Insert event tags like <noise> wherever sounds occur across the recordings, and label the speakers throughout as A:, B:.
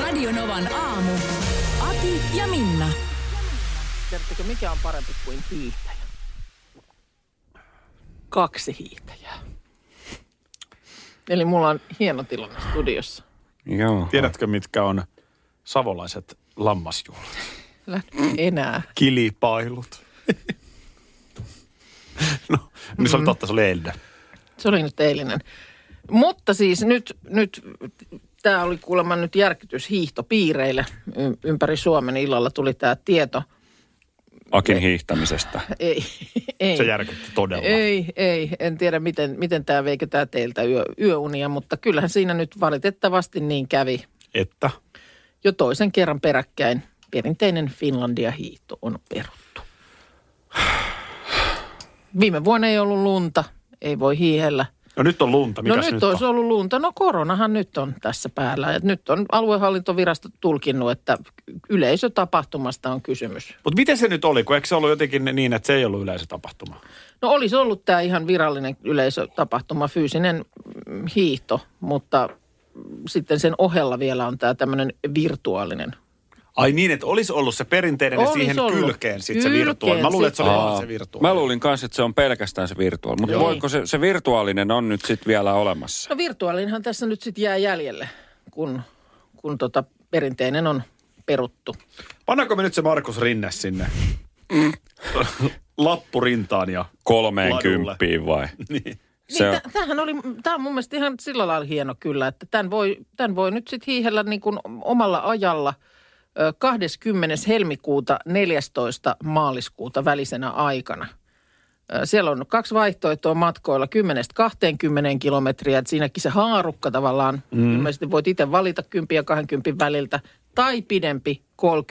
A: Radionovan aamu. Ati ja Minna.
B: Tiedättekö, mikä on parempi kuin hiihtäjä? Kaksi hiihtäjää. Eli mulla on hieno tilanne studiossa.
C: Joo.
D: Tiedätkö, mitkä on savolaiset lammasjuhlat?
B: Lä- Enää.
D: Kilipailut. <laughs> no, niin se oli totta, se oli eilen.
B: Se oli nyt eilinen. Mutta siis nyt, nyt tämä oli kuulemma nyt järkytys hiihtopiireille Y- ympäri Suomen. Illalla tuli tämä tieto.
C: Akin hiihtämisestä.
B: Ei, ei.
D: Niin. Se järkytti todella.
B: Ei, ei. En tiedä, miten, miten tämä veikö tämä teiltä yö, yöunia, mutta kyllähän siinä nyt valitettavasti niin kävi.
D: Että?
B: Jo toisen kerran peräkkäin perinteinen Finlandia-hiihto on peruttu. Viime vuonna ei ollut lunta, ei voi hiihellä.
D: No nyt on lunta, mikä
B: no nyt,
D: nyt
B: olisi
D: on?
B: ollut lunta. No koronahan nyt on tässä päällä. Et nyt on aluehallintovirasto tulkinnut, että yleisötapahtumasta on kysymys.
D: Mutta miten se nyt oli, kun eikö se ollut jotenkin niin, että se ei ollut yleisötapahtuma?
B: No olisi ollut tämä ihan virallinen yleisötapahtuma, fyysinen mm, hiihto, mutta mm, sitten sen ohella vielä on tämä tämmöinen virtuaalinen.
D: Ai niin, että olisi ollut se perinteinen ja
B: Olis
D: siihen
B: ollut.
D: kylkeen sitten se
B: Kylkeen
D: virtuaali. Mä luulen, että se oli
B: sitten.
D: vaan se virtuaali.
C: Mä luulin kanssa, että se on pelkästään se virtuaali. Mutta
B: Joo.
C: voiko se, se virtuaalinen on nyt sitten vielä olemassa?
B: No virtuaalinhan tässä nyt sitten jää jäljelle, kun, kun tota perinteinen on peruttu.
D: Pannaanko me nyt se Markus Rinne sinne?
C: Mm.
D: <laughs> Lappurintaan ja...
C: Kolmeen
D: Ladulle.
C: kymppiin vai?
D: Niin.
C: Se on,
B: niin, tämähän oli, tämä on mun mielestä ihan sillä lailla hieno kyllä, että tämän voi, tämän voi nyt sitten hiihellä niin kuin omalla ajalla ö, 20. helmikuuta 14. maaliskuuta välisenä aikana. Ö, Siellä on kaksi vaihtoehtoa matkoilla 10-20 kilometriä, että siinäkin se haarukka tavallaan, mm. ilmeisesti voit itse valita 10 ja 20 väliltä, tai pidempi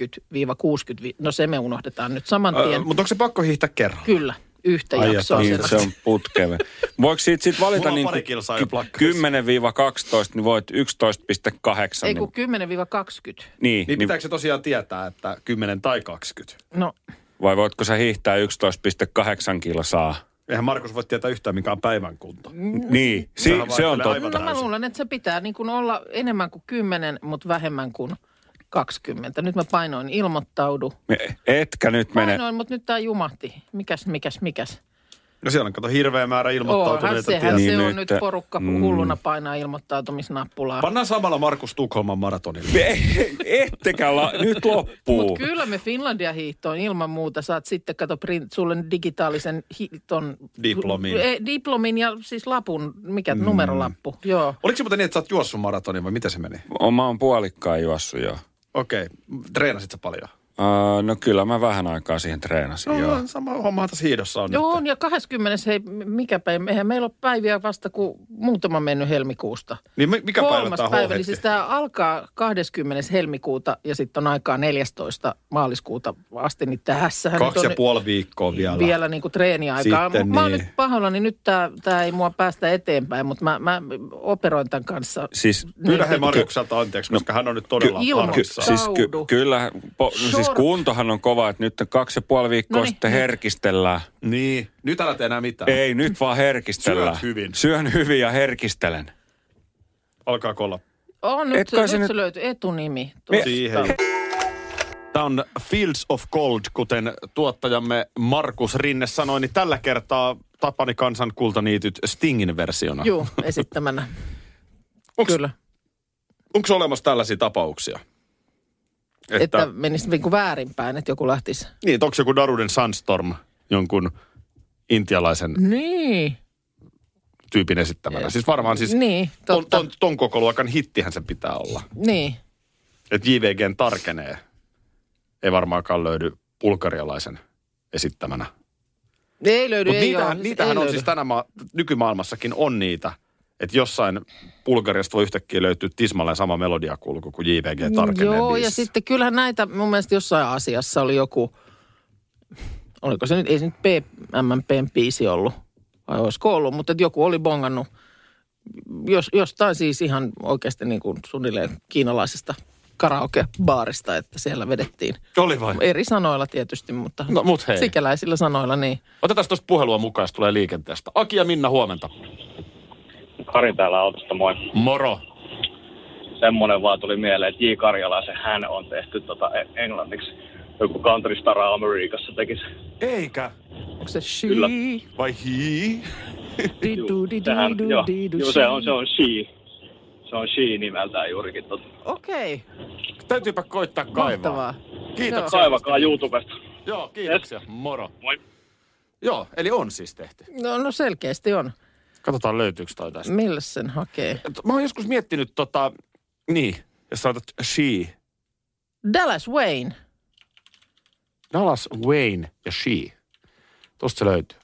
B: 30-60, vi- no se me unohdetaan nyt saman tien.
D: Ö, mutta onko se pakko hiihtää kerran?
B: Kyllä, yhtä
D: Ai
B: jaksoa.
D: että,
B: siellä.
C: niin, se on putkeve. Voiko siitä sit
D: Mulla
C: valita
D: on
C: niin
D: pari kilsaa jo plakkarissa.
C: 10-12, niin voit 11,8.
B: Ei
C: Niin,
B: kun 10-20.
C: niin,
D: Niin
C: niin,
D: pitääkö se tosiaan tietää, että 10 tai 20?
B: No,
C: vai voitko sä hiihtää 11,8 kilsaa?
D: Eihän Markus voi tietää yhtään, mikä on päivän kunto.
B: Mm.
C: Niin, si-
D: Sehän
C: se on
D: vaihtelee
C: totta.
D: aivan
B: no mä
D: täysin.
B: luulen, että se pitää niin kuin olla enemmän kuin 10, mutta vähemmän kuin 20. Nyt mä painoin ilmoittaudu.
C: Me- Etkä nyt mene.
B: Painoin, mutta nyt tää jumahti. Mikäs, mikäs, mikäs.
D: No siellä on kato hirveä määrä
B: Oohan
D: ilmoittautuneita.
B: sehän
D: tietysti.
B: se
C: Niin
B: on
C: nyt,
B: nyt porukka
C: mm.
B: mm. hulluna painaa ilmoittautumisnappulaa.
D: Pannaan samalla Markus Tukholman maratonille.
C: Me- Ettekä la- nyt loppuu.
B: Mutta kyllä me Finlandia hiihtoon ilman muuta saat sitten, kato, print, sulle digitaalisen hiiton...
D: Diplomin.
B: Ei, diplomin ja siis lapun, mikä mm. numerolappu, joo.
D: Oliko se muuten niin, että sä oot juossut maratonin vai miten se meni?
C: O- Mä oon puolikkaan juossut jo.
D: Okei, treenasit sä paljon?
C: Uh, no kyllä mä vähän aikaa siihen treenasin,
D: No,
C: joo.
D: Joo. sama homma tässä hiidossa on
B: Joo,
D: Joo.
B: on ja 20. Hei, mikä päivä? Eihän meillä ole päiviä vasta kuin muutama mennyt helmikuusta.
D: Niin mi- mikä päivä
B: Kolmas
D: tämä
B: päivä,
D: päivä,
B: eli siis tämä alkaa 20. helmikuuta ja sitten on aikaa 14. maaliskuuta asti, niin tässähän nyt
D: Kaksi
B: on
D: ja puoli viikkoa vielä.
B: vielä niin kuin treeniaikaa.
D: Sitten
B: Sitten mä oon
D: niin.
B: nyt pahoillani, nyt tämä ei mua päästä eteenpäin, mutta mä, mä operoin tämän kanssa.
C: Siis
D: Pyydä
B: Niin,
D: he
B: ky-
D: Markukselta anteeksi, koska hän on nyt todella
B: Ky-
D: ky-
B: ilmo-
C: No, Ky-
D: parhissaan.
B: Saa.
C: siis ky-
B: Saudu.
C: kyllähän, po- no siis
B: Short.
C: kuntohan on kova, että nyt on kaksi ja puoli viikkoa
B: Noniin,
C: sitten
B: nyt.
C: herkistellään.
D: Niin, nyt älä tee enää mitään.
C: Ei, nyt vaan herkistellään.
D: Syöt hyvin.
C: Syön hyvin ja herkistelen.
D: Alkaa kolla.
B: On, nyt,
C: et
B: se,
C: kai
B: nyt
C: se
B: se,
C: nyt-
B: löytyy etunimi.
C: Me-
B: tuosta.
D: Siihen. Tämä on Fields of Gold, kuten tuottajamme Markus Rinne sanoi, niin tällä kertaa Tapani kansan kultaniityt Stingin versiona.
B: Juu, esittämänä.
D: <laughs> Onks-
B: Kyllä.
D: Onko olemassa tällaisia tapauksia? Että,
B: Että,
D: että...
B: että menisi niin kuin väärinpäin, että joku lähtisi.
D: Niin, onko joku Daruden Sandstorm jonkun intialaisen
B: Niin.
D: tyypin esittämänä? Siis varmaan siis
B: Niin,
D: ton,
B: totta.
D: ton, ton koko luokan hittihän se pitää olla.
B: Niin.
D: Että JVGn tarkenee. Ei varmaankaan löydy bulgarialaisen esittämänä.
B: Ei löydy,
D: Mutta
B: ei
D: niitähän,
B: ole. siis
D: niitähän
B: ei
D: on
B: löydy.
D: siis tänä maa, nykymaailmassakin on niitä Että jossain Bulgariasta voi yhtäkkiä löytyä tismalleen sama melodiakulku kuin JVG tarkenee
B: Mm, Joo, ja
D: biisissä.
B: sitten kyllähän näitä mun mielestä jossain asiassa oli joku, oliko se nyt, ei se nyt PMMPn biisi ollut, vai olisiko ollut, mutta et joku oli bongannut jos, jostain siis ihan oikeasti niin kuin suunnilleen kiinalaisesta karaokebaarista, että siellä vedettiin.
D: Oli vai?
B: Eri sanoilla tietysti, mutta
D: No, mut hei.
B: sikäläisillä sanoilla niin.
D: Otetaan tuosta puhelua mukaan, jos tulee liikenteestä. Aki ja Minna, huomenta.
E: Kari täällä autosta, moi.
D: Moro.
E: Semmoinen vaan tuli mieleen, että J. Karjalaisen hän on tehty tota en- englanniksi. Joku country star Amerikassa tekisi.
D: Eikä.
B: Onko se she?
E: Kyllä.
D: Vai hii?
B: Didu, didu,
E: Sehän,
B: didu,
E: joo,
B: didu,
E: joo, se on, se on she. Se on she nimeltään juurikin. Tota.
B: Okei,
D: Täytyypä koittaa kaivaa.
B: mahtavaa.
D: Kiitoksia.
E: Kaivakaa YouTubesta.
D: Joo, kiitoksia. Moro.
E: Moi.
D: Joo, eli on siis tehty.
B: No, no selkeästi on.
D: Katsotaan löytyykö toi tästä.
B: Millä sen hakee?
D: Mä oon joskus miettinyt tota, niin, jos sä otat she,
B: Dallas Wayne.
D: Dallas Wayne ja she. Tosta se löytyy.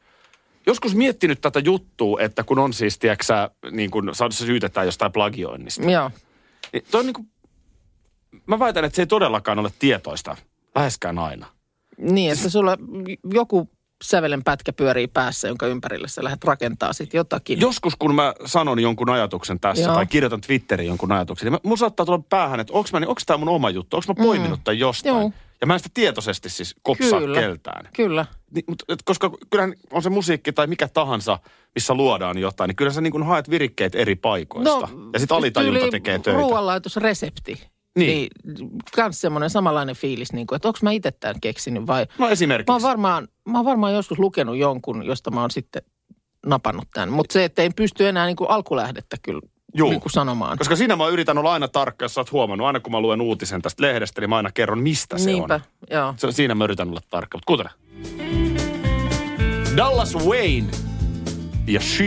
D: Joskus miettinyt tätä juttua, että kun on siis, tiedäksä, niin kun saadassa syytetään jostain plagioinnista.
B: Joo.
D: Niin toi on niin kuin, mä väitän, että se ei todellakaan ole tietoista. Läheskään aina.
B: Niin, että sulla joku sävelen pätkä pyörii päässä, jonka ympärille sä lähdet rakentaa sitten jotakin.
D: Joskus kun mä sanon jonkun ajatuksen tässä
B: Joo.
D: Joo. tai kirjoitan Twitteriin jonkun ajatuksen, niin mä- mun saattaa tulla päähän, että onko niin, onks tämä mun oma juttu, onko mä poiminut mm. tai jostain.
B: Joo.
D: Ja mä en sitä tietoisesti siis kopsaa
B: Kyllä.
D: Kyllä. keltään.
B: Kyllä.
D: Niin, mut, et, koska kyllähän on se musiikki tai mikä tahansa, missä luodaan jotain, niin kyllä sä niin kuin haet virikkeet eri paikoista.
B: No,
D: ja sitten alitajunta
B: tyyliin
D: tekee töitä.
B: Ruoanlaitosresepti.
D: Niin.
B: niin kans semmoinen samanlainen fiilis, niin kuin, että onko mä itse tämän keksinyt vai...
D: No
B: Mä
D: esimerkiksi.
B: oon, varmaan, mä oon varmaan joskus lukenut jonkun, josta mä oon sitten napannut tämän. Mutta se, että ei pysty enää niin kuin alkulähdettä kyllä
D: Juu.
B: niin kuin sanomaan.
D: Koska siinä mä yritän olla aina tarkka, jos sä oot huomannut. Aina kun mä luen uutisen tästä lehdestä, niin mä aina kerron, mistä se
B: Niinpä,
D: on.
B: joo.
D: Se, siinä mä yritän olla tarkka, mutta kuuntele. Dallas Wayne ja She.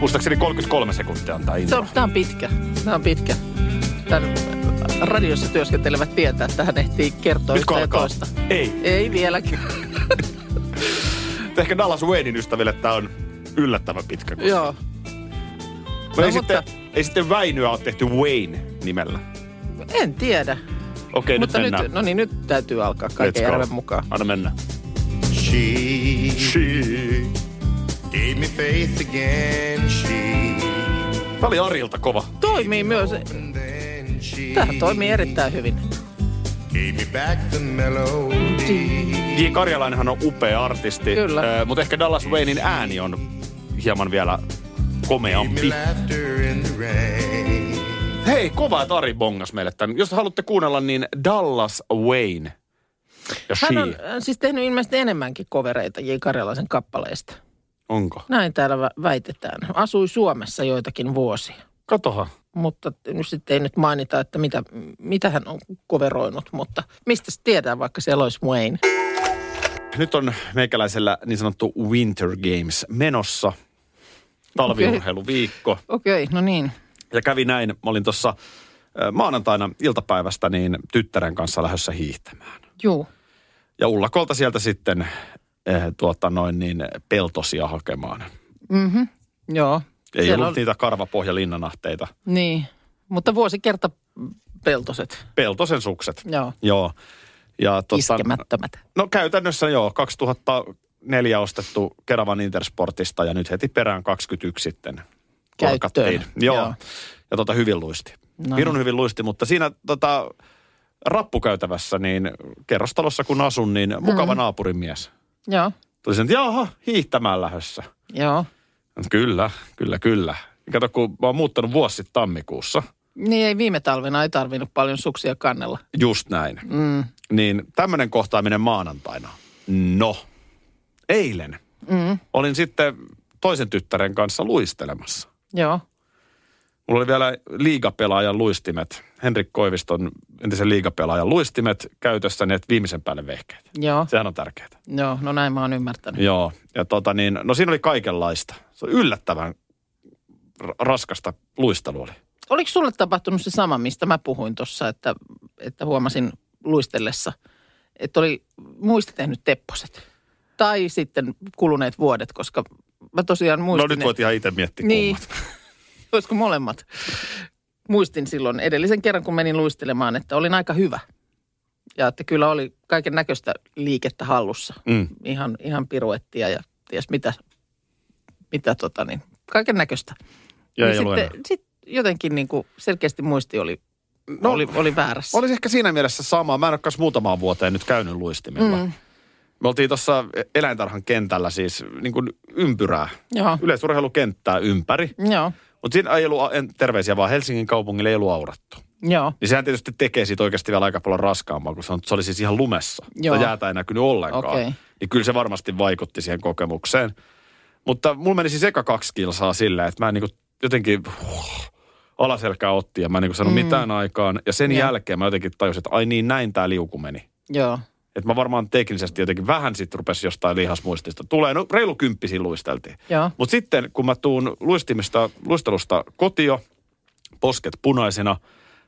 D: Muistaakseni 33 sekuntia on tää
B: Se
D: intro.
B: on, tämä on pitkä. Tämä on pitkä. Tämän radiossa työskentelevät tietää, että hän ehtii kertoa
D: Nyt kun
B: yhtä ja
D: alkaa.
B: toista.
D: Ei,
B: Ei vieläkään.
D: <laughs> ehkä Dallas Waynein ystäville tää on yllättävän pitkä. koska-
B: Joo.
D: Mutta ei,
B: No, mutta-
D: sitten, ei sitten Väinyä ole tehty Wayne-nimellä.
B: En tiedä.
D: Okei,
B: Mutta
D: nyt
B: nyt,
D: mennään.
B: no niin, nyt täytyy alkaa
D: Let's
B: kaiken
D: go.
B: järven mukaan.
D: Anna mennä.
F: She
D: She.
F: gave me faith again. She
D: Tää oli Arilta kova.
B: Toimii myös.
F: and then she
B: Tämähän toimii erittäin hyvin.
F: gave me back the melody.
D: J. Karjalainenhan on upea artisti,
B: Kyllä.
D: Ö, mutta ehkä Dallas Waynein ääni on hieman vielä
F: Gave
D: komeampi.
F: me laughter in the rain.
D: Hei, kova Tari bongas meille tämän. Jos haluatte kuunnella, niin Dallas Wayne ja She.
B: Hän on äh, siis tehnyt ilmeisesti enemmänkin kovereita J. Karjalaisen kappaleista.
D: Onko?
B: Näin täällä vä- väitetään. Asui Suomessa joitakin vuosia.
D: Katohan.
B: Mutta nyt sitten ei nyt mainita, että mitä, mitä hän on koveroinut, mutta mistä se tietää, vaikka siellä olisi Wayne.
D: Nyt on meikäläisellä niin sanottu Winter Games menossa. Talviurheiluviikko.
B: Okei, no niin.
D: Ja kävi näin, mä olin tuossa ö, maanantaina iltapäivästä niin tyttären kanssa lähdössä hiihtämään.
B: Juu.
D: Ja ullakolta sieltä sitten eh, tuota noin niin peltosia hakemaan.
B: Joo.
D: Ei
B: Siellä
D: ollut on... niitä karvapohjalinnanahteita.
B: Niin, mutta vuosi kerta peltoset.
D: Peltosen sukset.
B: Joo.
D: Joo. Ja tuota,
B: Iskemättömät.
D: no käytännössä joo, 2004 ostettu Keravan Intersportista ja nyt heti perään 21 sitten.
B: Käyttöön.
D: korkattiin. Joo.
B: Joo.
D: joo. Ja tota hyvin luisti.
B: No
D: No.
B: niin.
D: Virun hyvin luisti, mutta siinä tota, rappukäytävässä, niin kerrostalossa kun asun, niin mukava mm. naapurimies.
B: Joo.
D: Tuli sen, että jaha, hiihtämään lähdössä.
B: Joo.
D: Kyllä, kyllä, kyllä. Kato, kun mä oon muuttanut vuosi sitten tammikuussa,
B: Niin ei viime talvena ei tarvinnut paljon suksia kannella.
D: just näin,
B: Mm.
D: niin tämmöinen kohtaaminen maanantaina. No, eilen
B: Mm.
D: olin sitten toisen tyttären kanssa luistelemassa.
B: Joo.
D: Mulla oli vielä liigapelaajan luistimet, Henrik Koiviston entisen liigapelaajan luistimet käytössä, ne viimeisen päälle vehkeet.
B: Joo.
D: Sehän on tärkeää.
B: Joo. No näin mä oon ymmärtänyt.
D: Joo, ja tota niin, no siinä oli kaikenlaista. Se oli yllättävän ra- raskasta luistelu oli. No
B: Oliko sulle tapahtunut se sama, mistä mä puhuin tuossa, että, että huomasin luistellessa, että oli muisti tehnyt tepposet? Tai sitten kuluneet vuodet, koska mä tosiaan
D: No
B: muistin,
D: nyt voit ihan itse miettiä
B: Niin,
D: kummat.
B: olisiko molemmat. Muistin silloin edellisen kerran, kun menin luistelemaan, että olin aika hyvä. Ja että kyllä oli kaiken näköistä liikettä hallussa.
D: Mm.
B: Ihan, ihan piruettia ja ties mitä, mitä tota niin, kaiken näköistä. Niin
D: Ja ei ollut
B: sitten sit jotenkin niin kuin selkeästi muisti oli, no, oli, oli väärässä.
D: Olisi ehkä siinä mielessä sama. Mä en ole kanssa muutamaan vuoteen nyt käynyt luistimilla. Mm. Me oltiin tuossa eläintarhan kentällä siis niin kuin ympyrää,
B: Joo,
D: yleisurheilukenttää ympäri.
B: joo,
D: Mutta siinä ei ollut, en, terveisiä vaan Helsingin kaupungille ei ollut aurattu.
B: joo.
D: Niin sehän tietysti tekee siitä oikeasti vielä aika paljon raskaampaa, kun se, on, se oli siis ihan lumessa.
B: Joo.
D: Joo. Sitä jäätä ei näkynyt ollenkaan.
B: Okei.
D: Okay. Niin kyllä se varmasti vaikutti siihen kokemukseen. Mutta mulla meni siis eka kaksi kilsaa silleen, että mä en niinku jotenkin huh, alaselkää otti ja mä en niinku saanut mm. mitään aikaan. Ja sen
B: Joo.
D: jälkeen mä jotenkin tajusin, että ai niin näin tämä liuku meni.
B: Joo,
D: Että mä varmaan teknisesti jotenkin vähän sit rupesi jostain lihasmuistista. Tulee, no reilu kymppisiin luisteltiin.
B: joo,
D: Mutta sitten kun mä tuun luistimista, luistelusta kotio, posket punaisena,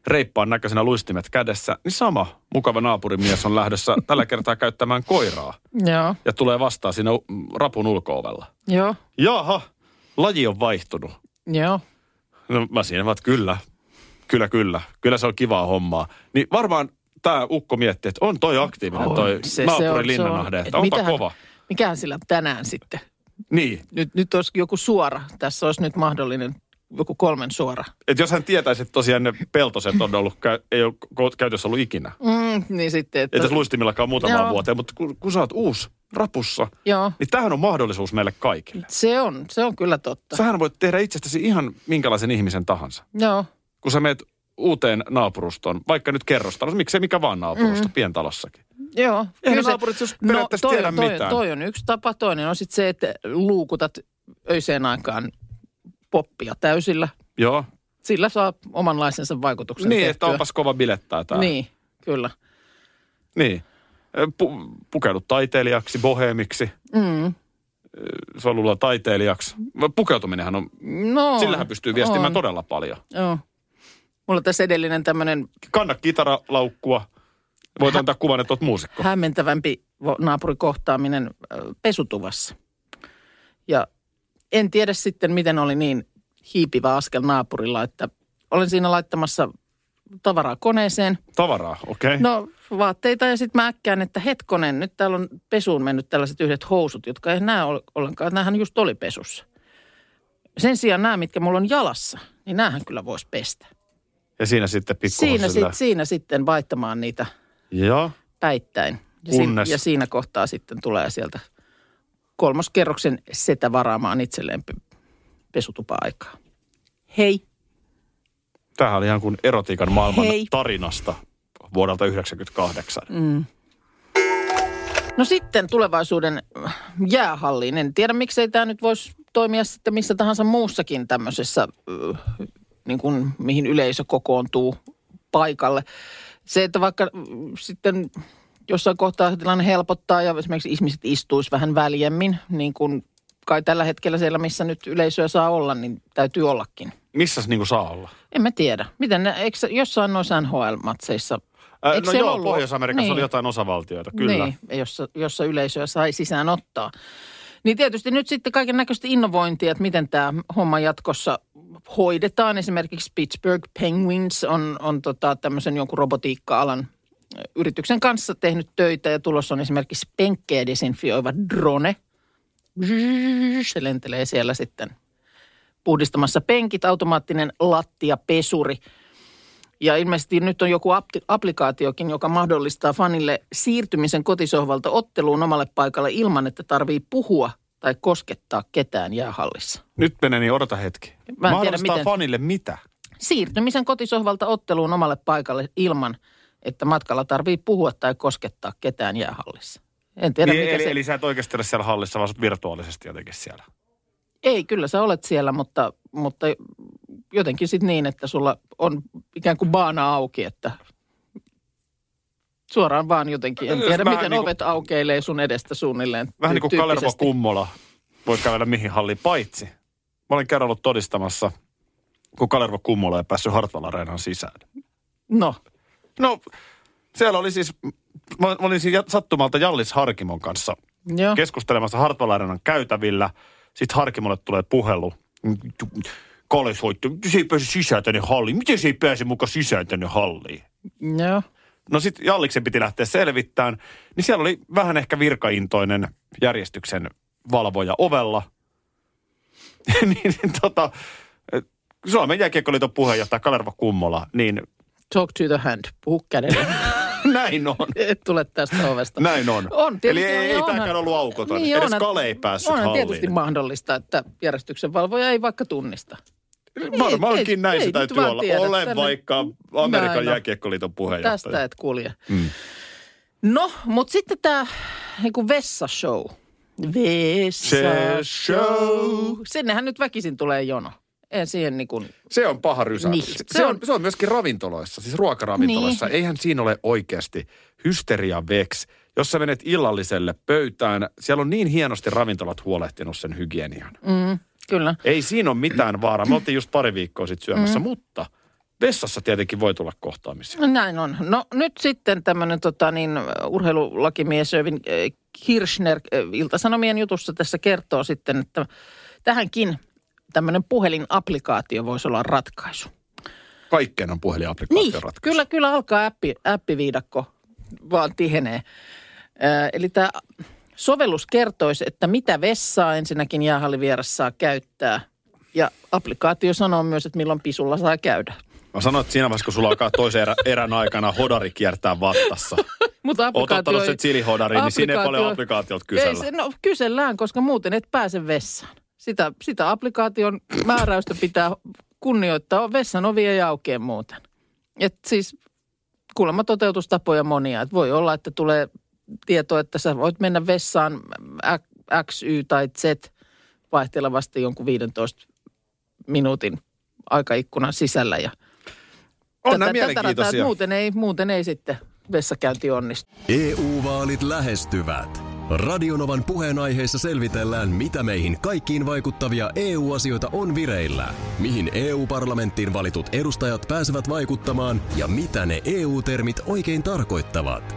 D: reippaan näköisenä luistimet kädessä, niin sama mukava naapurimies on lähdössä tällä kertaa käyttämään koiraa
B: joo,
D: ja tulee vastaan siinä mm, rapun ulkoovella.
B: joo,
D: Jaha, laji on vaihtunut.
B: joo.
D: No mä siinä vaan, että kyllä, kyllä, kyllä, kyllä se on kivaa hommaa. Niin varmaan tämä ukko miettii, että on toi aktiivinen No toi naapuri Linnanahde, että onpa
B: mitähän-
D: kova.
B: Mikähän sillä tänään sitten?
D: Niin,
B: Nyt, nyt olisi joku suora. Tässä olisi nyt mahdollinen joku kolmen suora.
D: että jos hän tietäisi, että tosiaan ne peltoset on ollut, käy- ei ole ko- käytössä ollut ikinä.
B: Mm, niin sitten, että...
D: Ei tässä luistimillakaan muutamaan
B: Joo.
D: vuoteen, mutta kun, kun sä oot uusi rapussa,
B: Joo,
D: niin tämähän on mahdollisuus meille kaikille.
B: se on, se on kyllä totta.
D: Sähän voit tehdä itsestäsi ihan minkälaisen ihmisen tahansa.
B: Joo,
D: Kun sä meet uuteen naapurustoon, vaikka nyt kerrostalossa, miksei mikä vaan
B: Mm-hmm.
D: naapurusto, mm. pientalossakin.
B: joo. Kyllä
D: Eihän
B: se- No,
D: naapurit jos periaatteessa
B: toi,
D: tiedä
B: on- toi,
D: mitään.
B: Toi on yksi tapa. Toinen on sitten se, että luukutat öiseen aikaan poppia täysillä.
D: Joo.
B: Sillä saa omanlaisensa vaikutuksen
D: niin,
B: tehtyä.
D: että onpas kova bilettää tää.
B: Niin, kyllä.
D: niin. Pu- pukeudut taiteilijaksi, boheemiksi,
B: Mm.
D: solulla taiteilijaksi. Pukeutuminenhan on,
B: No,
D: sillähän pystyy viestimään
B: on.
D: todella paljon.
B: Joo. Mulla tässä edellinen tämmöinen
D: Kanna kitaralaukkua. Voit antaa kuvan, että oot muusikko.
B: hämmentävämpi vo- naapurikohtaaminen ö, pesutuvassa. Ja en tiedä sitten, miten oli niin hiipivä askel naapurilla, että olen siinä laittamassa tavaraa koneeseen.
D: Tavaraa, okei. Okay.
B: No vaatteita ja sitten mä äkkään, että hetkonen, nyt täällä on pesuun mennyt tällaiset yhdet housut, jotka ei näe ol- ollenkaan. Nämähän just oli pesussa. Sen sijaan nämä, mitkä mulla on jalassa, niin näähän kyllä voisi pestä.
D: Ja siinä sitten
B: Siinä,
D: pikkuhosilla.
B: sit, siinä sitten vaihtamaan niitä
D: Joo.
B: päittäin. Ja, siinä,
D: Kunnes-
B: ja siinä kohtaa sitten tulee sieltä kolmoskerroksen setä varaamaan itselleen pe- pesutupa-aikaa. Hei.
D: Tämähän oli ihan kuin erotiikan maailman
B: Hei.
D: Hei. tarinasta vuodelta 1998. Mm.
B: No sitten tulevaisuuden jäähalliin. En tiedä, miksei tämä nyt voisi toimia sitten missä tahansa muussakin tämmöisessä, ö, niin kuin, mihin yleisö kokoontuu paikalle. Se, että vaikka mm, sitten jossain kohtaa tilanne helpottaa ja esimerkiksi ihmiset istuisi vähän väljemmin, niin kuin kai tällä hetkellä siellä, missä nyt yleisöä saa olla, niin täytyy ollakin.
D: Missä se niinku saa olla?
B: En mä tiedä. Miten ne, eikö se- jossain noissa NHL-matseissa...
D: Äh,
B: eikö
D: no
B: siellä
D: joo,
B: ollut-
D: Pohjois-Amerikassa niin. oli jotain osavaltioita, kyllä.
B: niin, jossa, jossa yleisöä sai sisään ottaa. Niin tietysti nyt sitten kaiken näköistä innovointia, että miten tämä homma jatkossa hoidetaan. Esimerkiksi Pittsburgh Penguins on, on tota, tämmöisen jonkun robotiikka-alan ö, yrityksen kanssa tehnyt töitä ja tulossa on esimerkiksi penkkejä desinfioiva drone. Se lentelee siellä sitten puhdistamassa penkit, automaattinen lattiapesuri – ja ilmeisesti nyt on joku apti- applikaatiokin, joka mahdollistaa fanille siirtymisen kotisohvalta otteluun omalle paikalle ilman, että tarvii puhua tai koskettaa ketään jäähallissa.
D: Nyt menee niin, odota hetki.
B: tiedä,
D: Mahdollistaa
B: miten-
D: fanille mitä?
B: Siirtymisen kotisohvalta otteluun omalle paikalle ilman, että matkalla tarvii puhua tai koskettaa ketään jäähallissa. En tiedä,
D: Niin,
B: mikä
D: eli,
B: se...
D: eli sä et oikeasti ole siellä hallissa, vaan sä oot virtuaalisesti jotenkin siellä.
B: Ei, kyllä sä olet siellä, mutta, mutta jotenkin sitten niin, että sulla on ikään kuin baana auki, että suoraan vaan jotenkin. En
D: Jos
B: tiedä,
D: vähän
B: miten
D: niinku-
B: ovet aukeilee sun edestä suunnilleen.
D: Vähän
B: ty-
D: niin kuin Kalervo
B: tyyppisesti.
D: Kummola voi kävellä mihin halliin, paitsi. Mä olen kerran ollut todistamassa, kun Kalervo Kummola ei päässyt Hartwall Areenan sisään.
B: No,
D: No, siellä oli siis, mä, mä olin siinä sattumalta Jallis Harkimon kanssa
B: joo.
D: keskustelemassa Hartwall Areenan käytävillä. Sitten Harkimolle tulee puhelu. Kalle soittaa, miten se ei pääse sisään tänne halliin? Miten se ei pääse mukaan sisään tänne halliin?
B: Joo.
D: No sitten Jalliksen piti lähteä selvittämään, niin siellä oli vähän ehkä virkaintoinen järjestyksen valvoja ovella. <laughs> niin, niin tota, Suomen jääkiekkoliiton puheenjohtaja Kalervo Kummola, niin <laughs>
B: Talk to the hand. Puhu kädellä.
D: näin on.
B: <laughs> Et tule tästä ovesta.
D: Näin on.
B: On,
D: Eli
B: tietysti
D: ei, ei
B: onhan-
D: tämäkään ollut aukoton.
B: Niin
D: Niin, Edes
B: onhan-
D: Kale ei päässyt
B: Onhan tietysti
D: halliin.
B: mahdollista, että järjestyksenvalvoja ei vaikka tunnista.
D: Varmaankin
B: Niin, ei-
D: näin
B: ei
D: se
B: nyt
D: täytyy
B: vaan
D: olla.
B: tiedä.
D: Ole
B: Tänne-
D: vaikka
B: Näin on.
D: Amerikan jääkiekkoliiton puheenjohtaja. Mm.
B: Tästä et kulje. No, mutta sitten tämä niinku vessashow.
D: Se
B: Vessashow.
D: show.
B: Sinnehän nyt väkisin tulee jono. Ei siihen niinku,
D: Se on paha rysä.
B: Niin.
D: Niin.
B: Se
D: Se,
B: on-
D: on, se on myöskin ravintoloissa, siis ruokaravintoloissa. Niin. Eihän siinä ole oikeasti hysteria veks. Jos sä menet illalliselle pöytään, siellä on niin hienosti ravintolat huolehtinut sen hygienian. Mm.
B: kyllä.
D: Ei siinä ole mitään vaaraa. Me oltiin just pari viikkoa sitten syömässä, mm. mutta vessassa tietenkin voi tulla kohtaamisia.
B: Näin on. No nyt sitten tämmöinen tota, niin, urheilulakimies Övin äh, Kirchner äh, Iltasanomien jutussa tässä kertoo sitten, että tähänkin tämmöinen puhelinapplikaatio voisi olla ratkaisu.
D: Kaikkeen on
B: Niin,
D: puhelinapplikaatio ratkaisu.
B: kyllä, kyllä alkaa appi, appiviidakko vaan tihenee. Ö, eli tämä sovellus kertoisi, että mitä vessaa ensinnäkin jäähallivieras saa käyttää. Ja applikaatio sanoo myös, että milloin pisulla saa käydä.
D: Mä sanoin, että siinä vaiheessa, kun sulla alkaa toisen erä, erän aikana hodari kiertää vattassa.
B: Mutta
D: Oot
B: applikaatio
D: ottanut
B: ei-
D: sen chilihodarin, niin siinä ei paljon
B: applikaatio-
D: applikaatiot
B: Ei
D: kysellä.
B: se, no kysellään, koska muuten et pääse vessaan. Sitä, sitä applikaation määräystä pitää kunnioittaa. Vessan ovi ei aukea muuten. Et siis kuulemma toteutustapoja monia. Et voi olla, että tulee tieto, että sä voit mennä vessaan Ä- X, Y tai Z vaihtelevasti jonkun 15 minuutin aikaikkunan sisällä. Ja tätä
D: On nämä
B: rataa, että
D: mielenkiintoisia.
B: muuten ei, muuten ei sitten vessakäynti onnistu.
G: EU-vaalit E lähestyvät. Radionovan puheenaiheessa selvitellään, mitä meihin kaikkiin vaikuttavia EU-asioita on vireillä, mihin EU-parlamenttiin valitut edustajat pääsevät vaikuttamaan ja mitä ne EU-termit oikein tarkoittavat.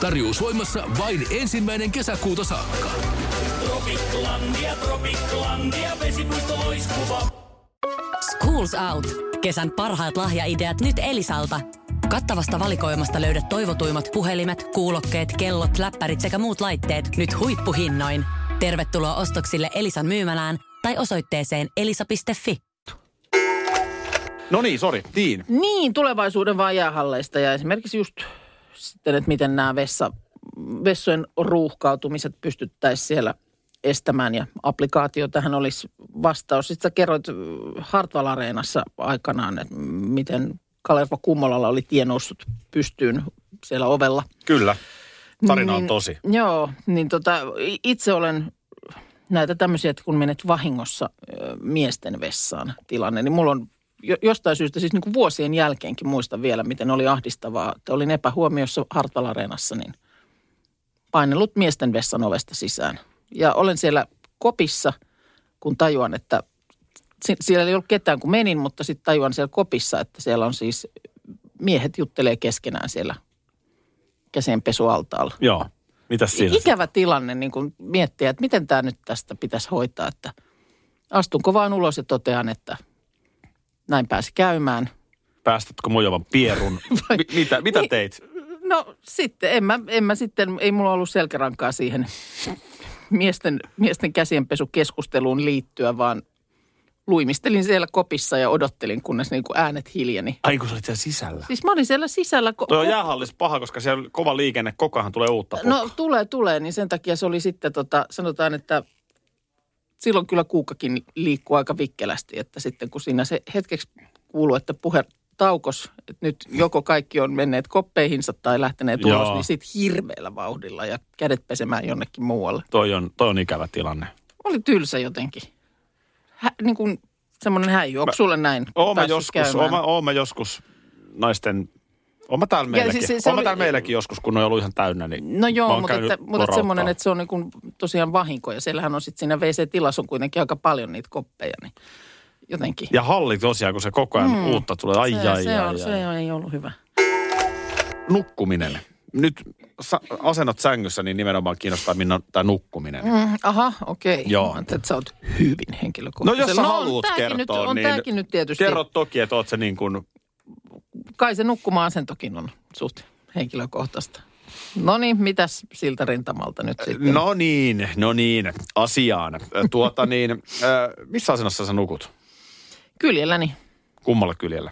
H: Tarjous voimassa vain ensimmäinen kesäkuuta saakka.
A: Schools Out. Kesän parhaat lahjaideat nyt Elisalta. Kattavasta valikoimasta löydät toivotuimmat puhelimet, kuulokkeet, kellot, läppärit sekä muut laitteet nyt huippuhinnoin. Tervetuloa ostoksille Elisan myymälään tai osoitteeseen elisa.fi.
D: No niin, sori. Niin.
B: Niin, tulevaisuuden vaan jäähalleista ja esimerkiksi just sitten, että miten nämä vessa, vessojen ruuhkautumiset pystyttäisiin siellä estämään ja applikaatio tähän olisi vastaus. Sitten sä kerroit äh, Hartwall Areenassa aikanaan, että miten Kalerva Kummolalla oli tie noussut pystyyn siellä ovella.
D: Kyllä. Tarina on
B: Niin,
D: tosi.
B: Joo, niin tota, i- itse olen näitä tämmöisiä, että kun menet vahingossa ö, miesten vessaan tilanne, niin mulla on jo- jostain syystä, siis niin kuin vuosien jälkeenkin muistan vielä, miten oli ahdistavaa, että olin epähuomiossa Hartwall Areenassa, niin painellut miesten vessan ovesta sisään. Ja olen siellä kopissa, kun tajuan, että si- siellä ei ollut ketään kun menin, mutta sitten tajuan siellä kopissa, että siellä on siis miehet juttelee keskenään siellä käsienpesualtaalla.
D: Joo. Mitäs siinä?
B: Ikävä tilanne niin kun miettiä, että miten tämä nyt tästä pitäisi hoitaa, että astunko vaan ulos ja totean, että näin pääsi käymään.
D: Päästätkö mojovan pierun?
B: <laughs>
D: Mi- mitä, mitä
B: Niin.
D: teit?
B: No sitten, en mä, en mä sitten, ei mulla ollut selkärankaa siihen miesten, miesten käsienpesukeskusteluun liittyä, vaan luimistelin siellä kopissa ja odottelin, kunnes niin kuin äänet hiljeni.
D: Ai kun sä olit siellä sisällä.
B: Siis mä olin siellä sisällä. Ko-
D: Toi on jäähallis paha, koska siellä on kova liikenne, kokohan tulee uutta no.
B: No tulee, tulee, niin sen takia se oli sitten, tota, sanotaan, että silloin kyllä kuukkakin liikkuu aika vikkelästi, että sitten kun siinä se hetkeksi kuuluu, että puhe taukos, että nyt joko kaikki on menneet koppeihinsa tai lähteneet ulos,
D: Joo.
B: niin sitten hirveällä vauhdilla ja kädet pesemään jonnekin muualle.
D: Toi on, toi on ikävä tilanne.
B: Oli tylsä jotenkin. Hä, niin kuin semmoinen häijy. Onko
D: Mä-
B: sulle näin?
D: Oon mä
B: päässyt
D: joskus,
B: käymään?
D: oon mä, oon mä joskus naisten... Oon mä täällä
B: Ja siis
D: meilläkin. Siis
B: se-
D: se,
B: se
D: oon mä
B: oli-
D: täällä meilläkin joskus, kun ne on ollut ihan täynnä. Niin
B: No
D: mä
B: joo,
D: oon
B: mutta,
D: käynyt
B: että, mutta että
D: lorauttaa.
B: semmoinen, että se on niin kuin tosiaan vahinko. Ja siellähän on sitten siinä WC-tilassa on kuitenkin aika paljon niitä koppeja. Niin jotenkin.
D: Ja halli tosiaan, kun se koko ajan mm. uutta tulee. Ai,
B: se,
D: ai,
B: se,
D: ai,
B: on,
D: ai.
B: se on, ei ollut hyvä.
D: Nukkuminen. Nyt sa- asennot sängyssä, niin nimenomaan kiinnostaa Minna tämä nukkuminen. Mm.
B: Mm, Aha, okei.
D: Joo.
B: Mä ajattelin, että sä oot hyvin
D: No
B: henkilökohtainen.
D: jos sä
B: on
D: haluat
B: tääkin
D: kertoa,
B: nyt, on
D: niin
B: tääkin nyt tietysti.
D: kerro toki, että oot se niin kuin...
B: Kai se nukkuma-asentokin on suht henkilökohtaista. No niin, mitäs siltä rintamalta nyt sitten?
D: No niin, no niin, asiaan. Ö, Tuota niin, ö, missä asennossa sä nukut?
B: Kyljelläni.
D: Kummalla kyljellä?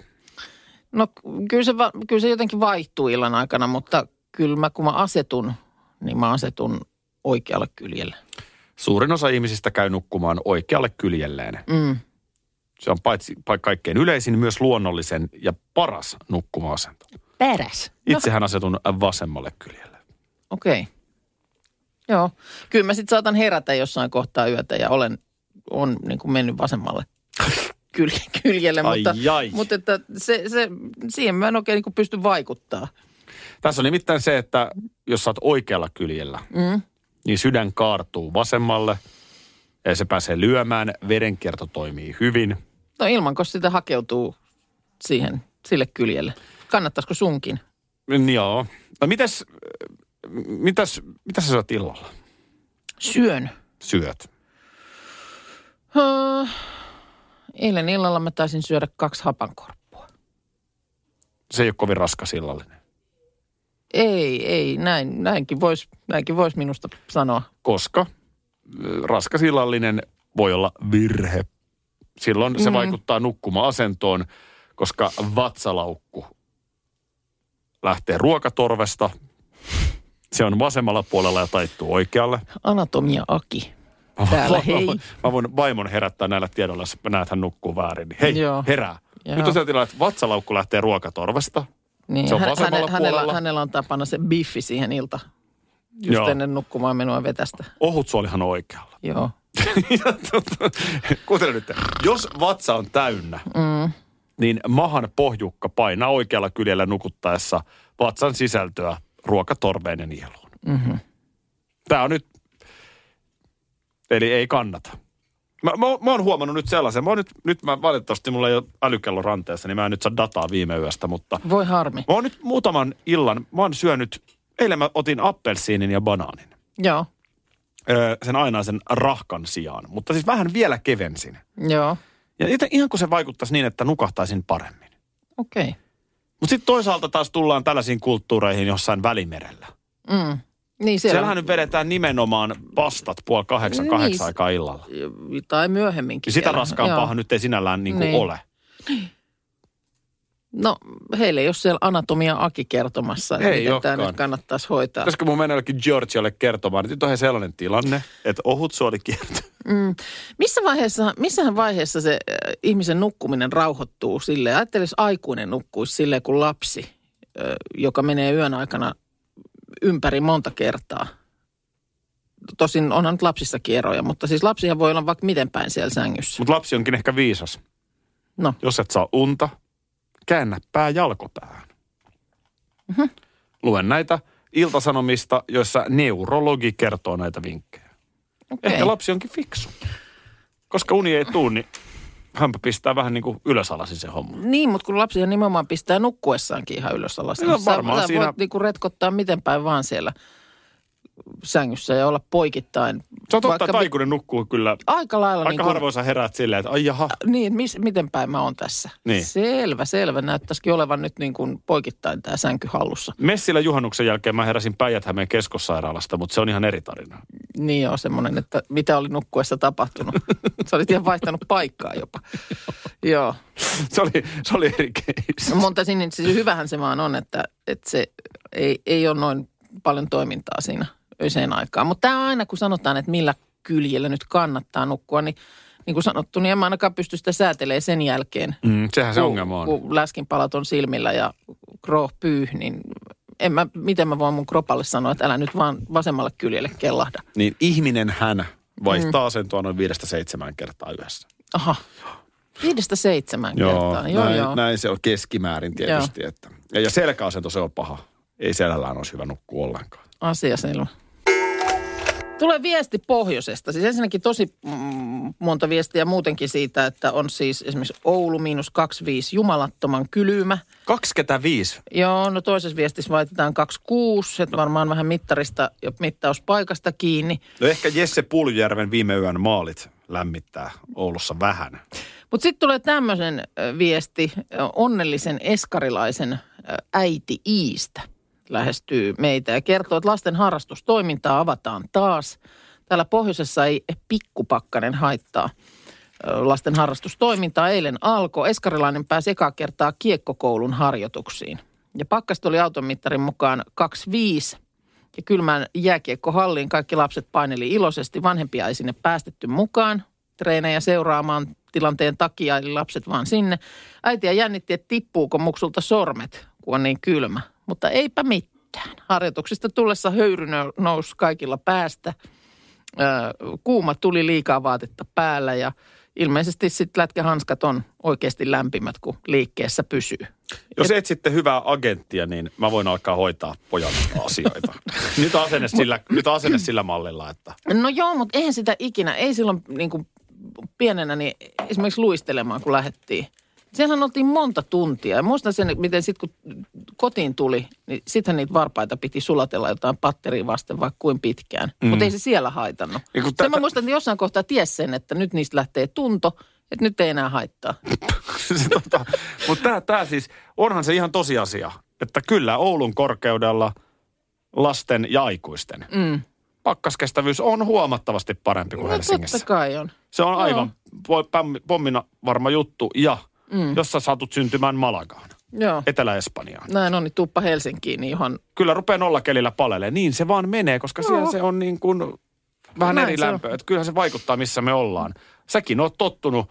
B: No kyllä se, va- kyllä se jotenkin vaihtuu illan aikana, mutta kyllä mä kun mä asetun, niin mä asetun oikealla kyljellä.
D: Suurin osa ihmisistä käy nukkumaan oikealle kyljelleen.
B: Mm.
D: Se on paitsi pa- kaikkein yleisin, myös luonnollisen ja paras nukkuma-asento.
B: No. Peräs.
D: Itsehän asetun vasemmalle kyljelle.
B: Okei. Okay. Joo. Kyllä mä sitten saatan herätä jossain kohtaa yötä ja olen on niin kuin mennyt <laughs> vasemmalle kyl- kyljelle.
D: Ai
B: mutta
D: jai.
B: mutta että se, se, siihen mä en oikein niin kuin pysty vaikuttaa.
D: Tässä on nimittäin se, että jos sä oot oikealla kyljellä,
B: Mm.
D: niin sydän kaartuu vasemmalle. Ja se pääsee lyömään, verenkierto toimii hyvin.
B: No ilmanko sitä hakeutuu siihen, sille kyljelle. Kannattaisiko sunkin?
D: Mm, Joo. No mitäs, mitäs, mitäs sä syöt illalla?
B: Syön.
D: Syöt.
B: Öö, Eilen illalla mä taisin syödä kaksi hapankorppua.
D: Se ei ole kovin raskas illallinen.
B: Ei, ei, näin, näinkin voisi näinkin vois minusta sanoa.
D: Koska ö, raskas illallinen voi olla virhe. Silloin
B: Mm.
D: se vaikuttaa nukkuma-asentoon, koska vatsalaukku lähtee ruokatorvesta. Se on vasemmalla puolella ja taittuu oikealle.
B: Anatomia Aki. Täällä, hei.
D: Mä voin vaimon herättää näillä tiedoilla, jos näet hän nukkuu väärin. Niin hei,
B: Joo.
D: Joo. herää.
B: Joo.
D: Joo. Nyt on se tilanne, että vatsalaukku lähtee ruokatorvesta.
B: Niin,
D: Se on
B: hä-
D: vasemmalla
B: hänellä,
D: puolella.
B: hänellä on tapana se biffi siihen ilta, just
D: Joo.
B: ennen nukkumaan menoa vetästä.
D: Ohutsuolihan on oikealla.
B: Joo.
D: Ja tota, <laughs> Kuuntele nyt. Jos vatsa on täynnä, mm. niin mahan pohjukka painaa oikealla kyljellä nukuttaessa vatsan sisältöä ruokatorveen ja nieluun. Mm-hmm. Tämä on nyt, eli ei kannata. Mä, mä, oon- mä oon huomannut nyt sellaisen. Mä oon nyt, nyt mä valitettavasti mulla ei ole älykello ranteessa, niin mä en nyt saa dataa viime yöstä, mutta
B: Voi harmi.
D: mä oon nyt muutaman illan, mä oon syönyt, eilen mä otin appelsiinin ja banaanin
B: Joo,
D: öö, sen ainaisen rahkan sijaan, mutta siis vähän vielä kevensin.
B: joo,
D: Ja ite- ihan kun se vaikuttaisi niin, että nukahtaisin paremmin.
B: okei. Okay.
D: Mutta sitten toisaalta taas tullaan tällaisiin kulttuureihin jossain välimerellä.
B: Mm. Niin siellä,
D: Siellähän nyt vedetään nimenomaan pastat puoli kahdeksan,
B: Niin,
D: kahdeksan
B: se-
D: aikaa illalla.
B: tai myöhemminkin.
D: Ja sitä
B: siellä.
D: raskaampaahan nyt ei sinällään niin kuin
B: Niin.
D: ole.
B: No, heille jos siellä anatomia Aki kertomassa, että
D: Ei
B: miten tämä
D: olekaan.
B: nyt kannattaisi hoitaa.
D: Pitäisikö mun mennä jollekin Georgialle kertomaan, että nyt on he sellainen tilanne, että ohut suoli kiertää.
B: Mm. Missä vaiheessa, missähän vaiheessa se äh, ihmisen nukkuminen rauhoittuu silleen? Ajattelisi jos aikuinen nukkuisi silleen kuin lapsi, äh, joka menee yön aikana ympäri monta kertaa. Tosin onhan nyt lapsissakin eroja, mutta siis lapsihan voi olla vaikka miten päin siellä sängyssä.
D: Mutta lapsi onkin ehkä viisas.
B: No.
D: Jos et saa unta, käännä pää jalkopäähän. Mm-hmm.
B: Mhm.
D: Luen näitä iltasanomista, joissa neurologi kertoo näitä vinkkejä.
B: Okei.
D: Okay. Ehkä lapsi onkin fiksu. Koska uni ei tuu, niin hänpä pistää vähän niin kuin ylösalaisin se homma.
B: Niin, mutta kun lapsihan nimenomaan pistää nukkuessaankin ihan ylös alas.
D: Joo, varmaan
B: sä,
D: siinä-
B: voit niinku retkottaa miten päin vaan siellä sängyssä ja olla poikittain.
D: Se on totta,
B: Vaikka
D: että
B: mi-
D: aikuinen nukkuu kyllä.
B: Aika lailla
D: Aika
B: niinku-
D: harvoin sä heräät silleen, että ai jaha.
B: Niin, että mis, miten päin mä oon tässä.
D: Niin.
B: Selvä, selvä. Näyttäisikin olevan nyt niin kuin poikittain tämä sänky hallussa.
D: Messillä juhannuksen jälkeen mä heräsin Päijät-Hämeen keskussairaalasta, mutta se on ihan eri tarina. <laughs>
B: Niin on semmoinen, että mitä oli nukkuessa tapahtunut. Sä olit ihan vaihtanut paikkaa jopa. Joo.
D: Se oli, se oli eri keissi.
B: No, monta sinne, siis hyvähän se vaan on, että, että se ei, ei ole noin paljon toimintaa siinä öiseen aikaan. Mutta tämä aina, kun sanotaan, että millä kyljellä nyt kannattaa nukkua, niin niin kuin sanottu, niin en mä ainakaan pysty sitä säätelemään sen jälkeen.
D: Mm, sehän se
B: kun,
D: ongelma on.
B: Kun läskinpalat on silmillä ja kroh pyyh, niin en mä, miten mä voin mun kropalle sanoa, että älä nyt vaan vasemmalle kyljelle kellahda.
D: niin ihminen hän vaihtaa asentoa noin viidestä seitsemään kertaa yössä.
B: Aha, Viidestä seitsemän kertaa. Joo,
D: näin,
B: joo.
D: näin se on keskimäärin tietysti. Että. Ja, ja selkäasento se on paha. Ei selällään olisi hyvä nukkua ollenkaan.
B: Asia selvä. Tulee viesti pohjoisesta. Siis ensinnäkin tosi mm, monta viestiä muutenkin siitä, että on siis esimerkiksi Oulu miinus 25 jumalattoman kylmä.
D: 25.
B: Joo, no toisessa viestissä vaihdetaan 26, että varmaan vähän mittarista ja mittauspaikasta kiinni.
D: No ehkä Jesse Puljärven viime yön maalit lämmittää Oulussa vähän.
B: Mutta sitten tulee tämmöisen viesti. ö, Onnellisen eskarilaisen ö, äiti Iistä lähestyy meitä ja kertoo, että lasten harrastustoimintaa avataan taas. Täällä pohjoisessa ei pikkupakkanen haittaa ö, lasten harrastustoimintaa. Eilen alkoi. Eskarilainen pääsi ekaa kertaa kiekkokoulun harjoituksiin. Ja pakkasta oli auton mittarin mukaan 25 ja kylmään jääkiekkohalliin kaikki lapset paineli iloisesti. Vanhempia ei sinne päästetty mukaan treenejä seuraamaan tilanteen takia, eli lapset vaan sinne. Äitiä jännitti, että tippuuko muksulta sormet, kun on niin kylmä. Mutta eipä mitään. Harjoituksista tullessa höyry nou- nousi kaikilla päästä. Öö, kuuma tuli liikaa vaatetta päällä ja ilmeisesti sitten lätkähanskat on oikeasti lämpimät, kun liikkeessä pysyy.
D: Jos etsitte hyvää agenttia, niin mä voin alkaa hoitaa pojan
B: <laughs>
D: asioita. nyt, asenne sillä, nyt asenne sillä mallilla, että
B: No joo, mutta eihän sitä ikinä, ei silloin niin kuin pienenä niin esimerkiksi luistelemaan, kun lähdettiin. Siellähän oltiin monta tuntia. Ja muistan sen, miten sitten kun kotiin tuli, niin sittenhän niitä varpaita piti sulatella jotain patteria vasten vaikka kuin pitkään. Mm. Mutta ei se siellä haitannut.
D: Ja kun
B: Sen tätä... mä
D: tätä-
B: muistan, että jossain kohtaa ties sen, että nyt niistä lähtee tunto, että nyt ei enää haittaa.
D: se, tota, mutta tämä, tämä siis, onhan se ihan tosiasia, että kyllä Oulun korkeudella lasten ja aikuisten
B: Mm.
D: pakkaskestävyys on huomattavasti parempi kuin
B: No
D: Helsingissä.
B: totta kai on.
D: Se on aivan po- pam- pommina varma juttu ja mm. jos sä satut syntymään Malagaan,
B: Joo. Et...
D: Etelä-Espanjaan.
B: Näin on, niin tuppa Helsinkiin, niin ihan
D: Kyllä rupeaa nollakelillä palelee, niin se vaan menee, koska no. siellä se on niin kuin vähän
B: Näin
D: eri
B: se on.
D: lämpöä. Että kyllähän se vaikuttaa, missä me ollaan. Säkin oot tottunut.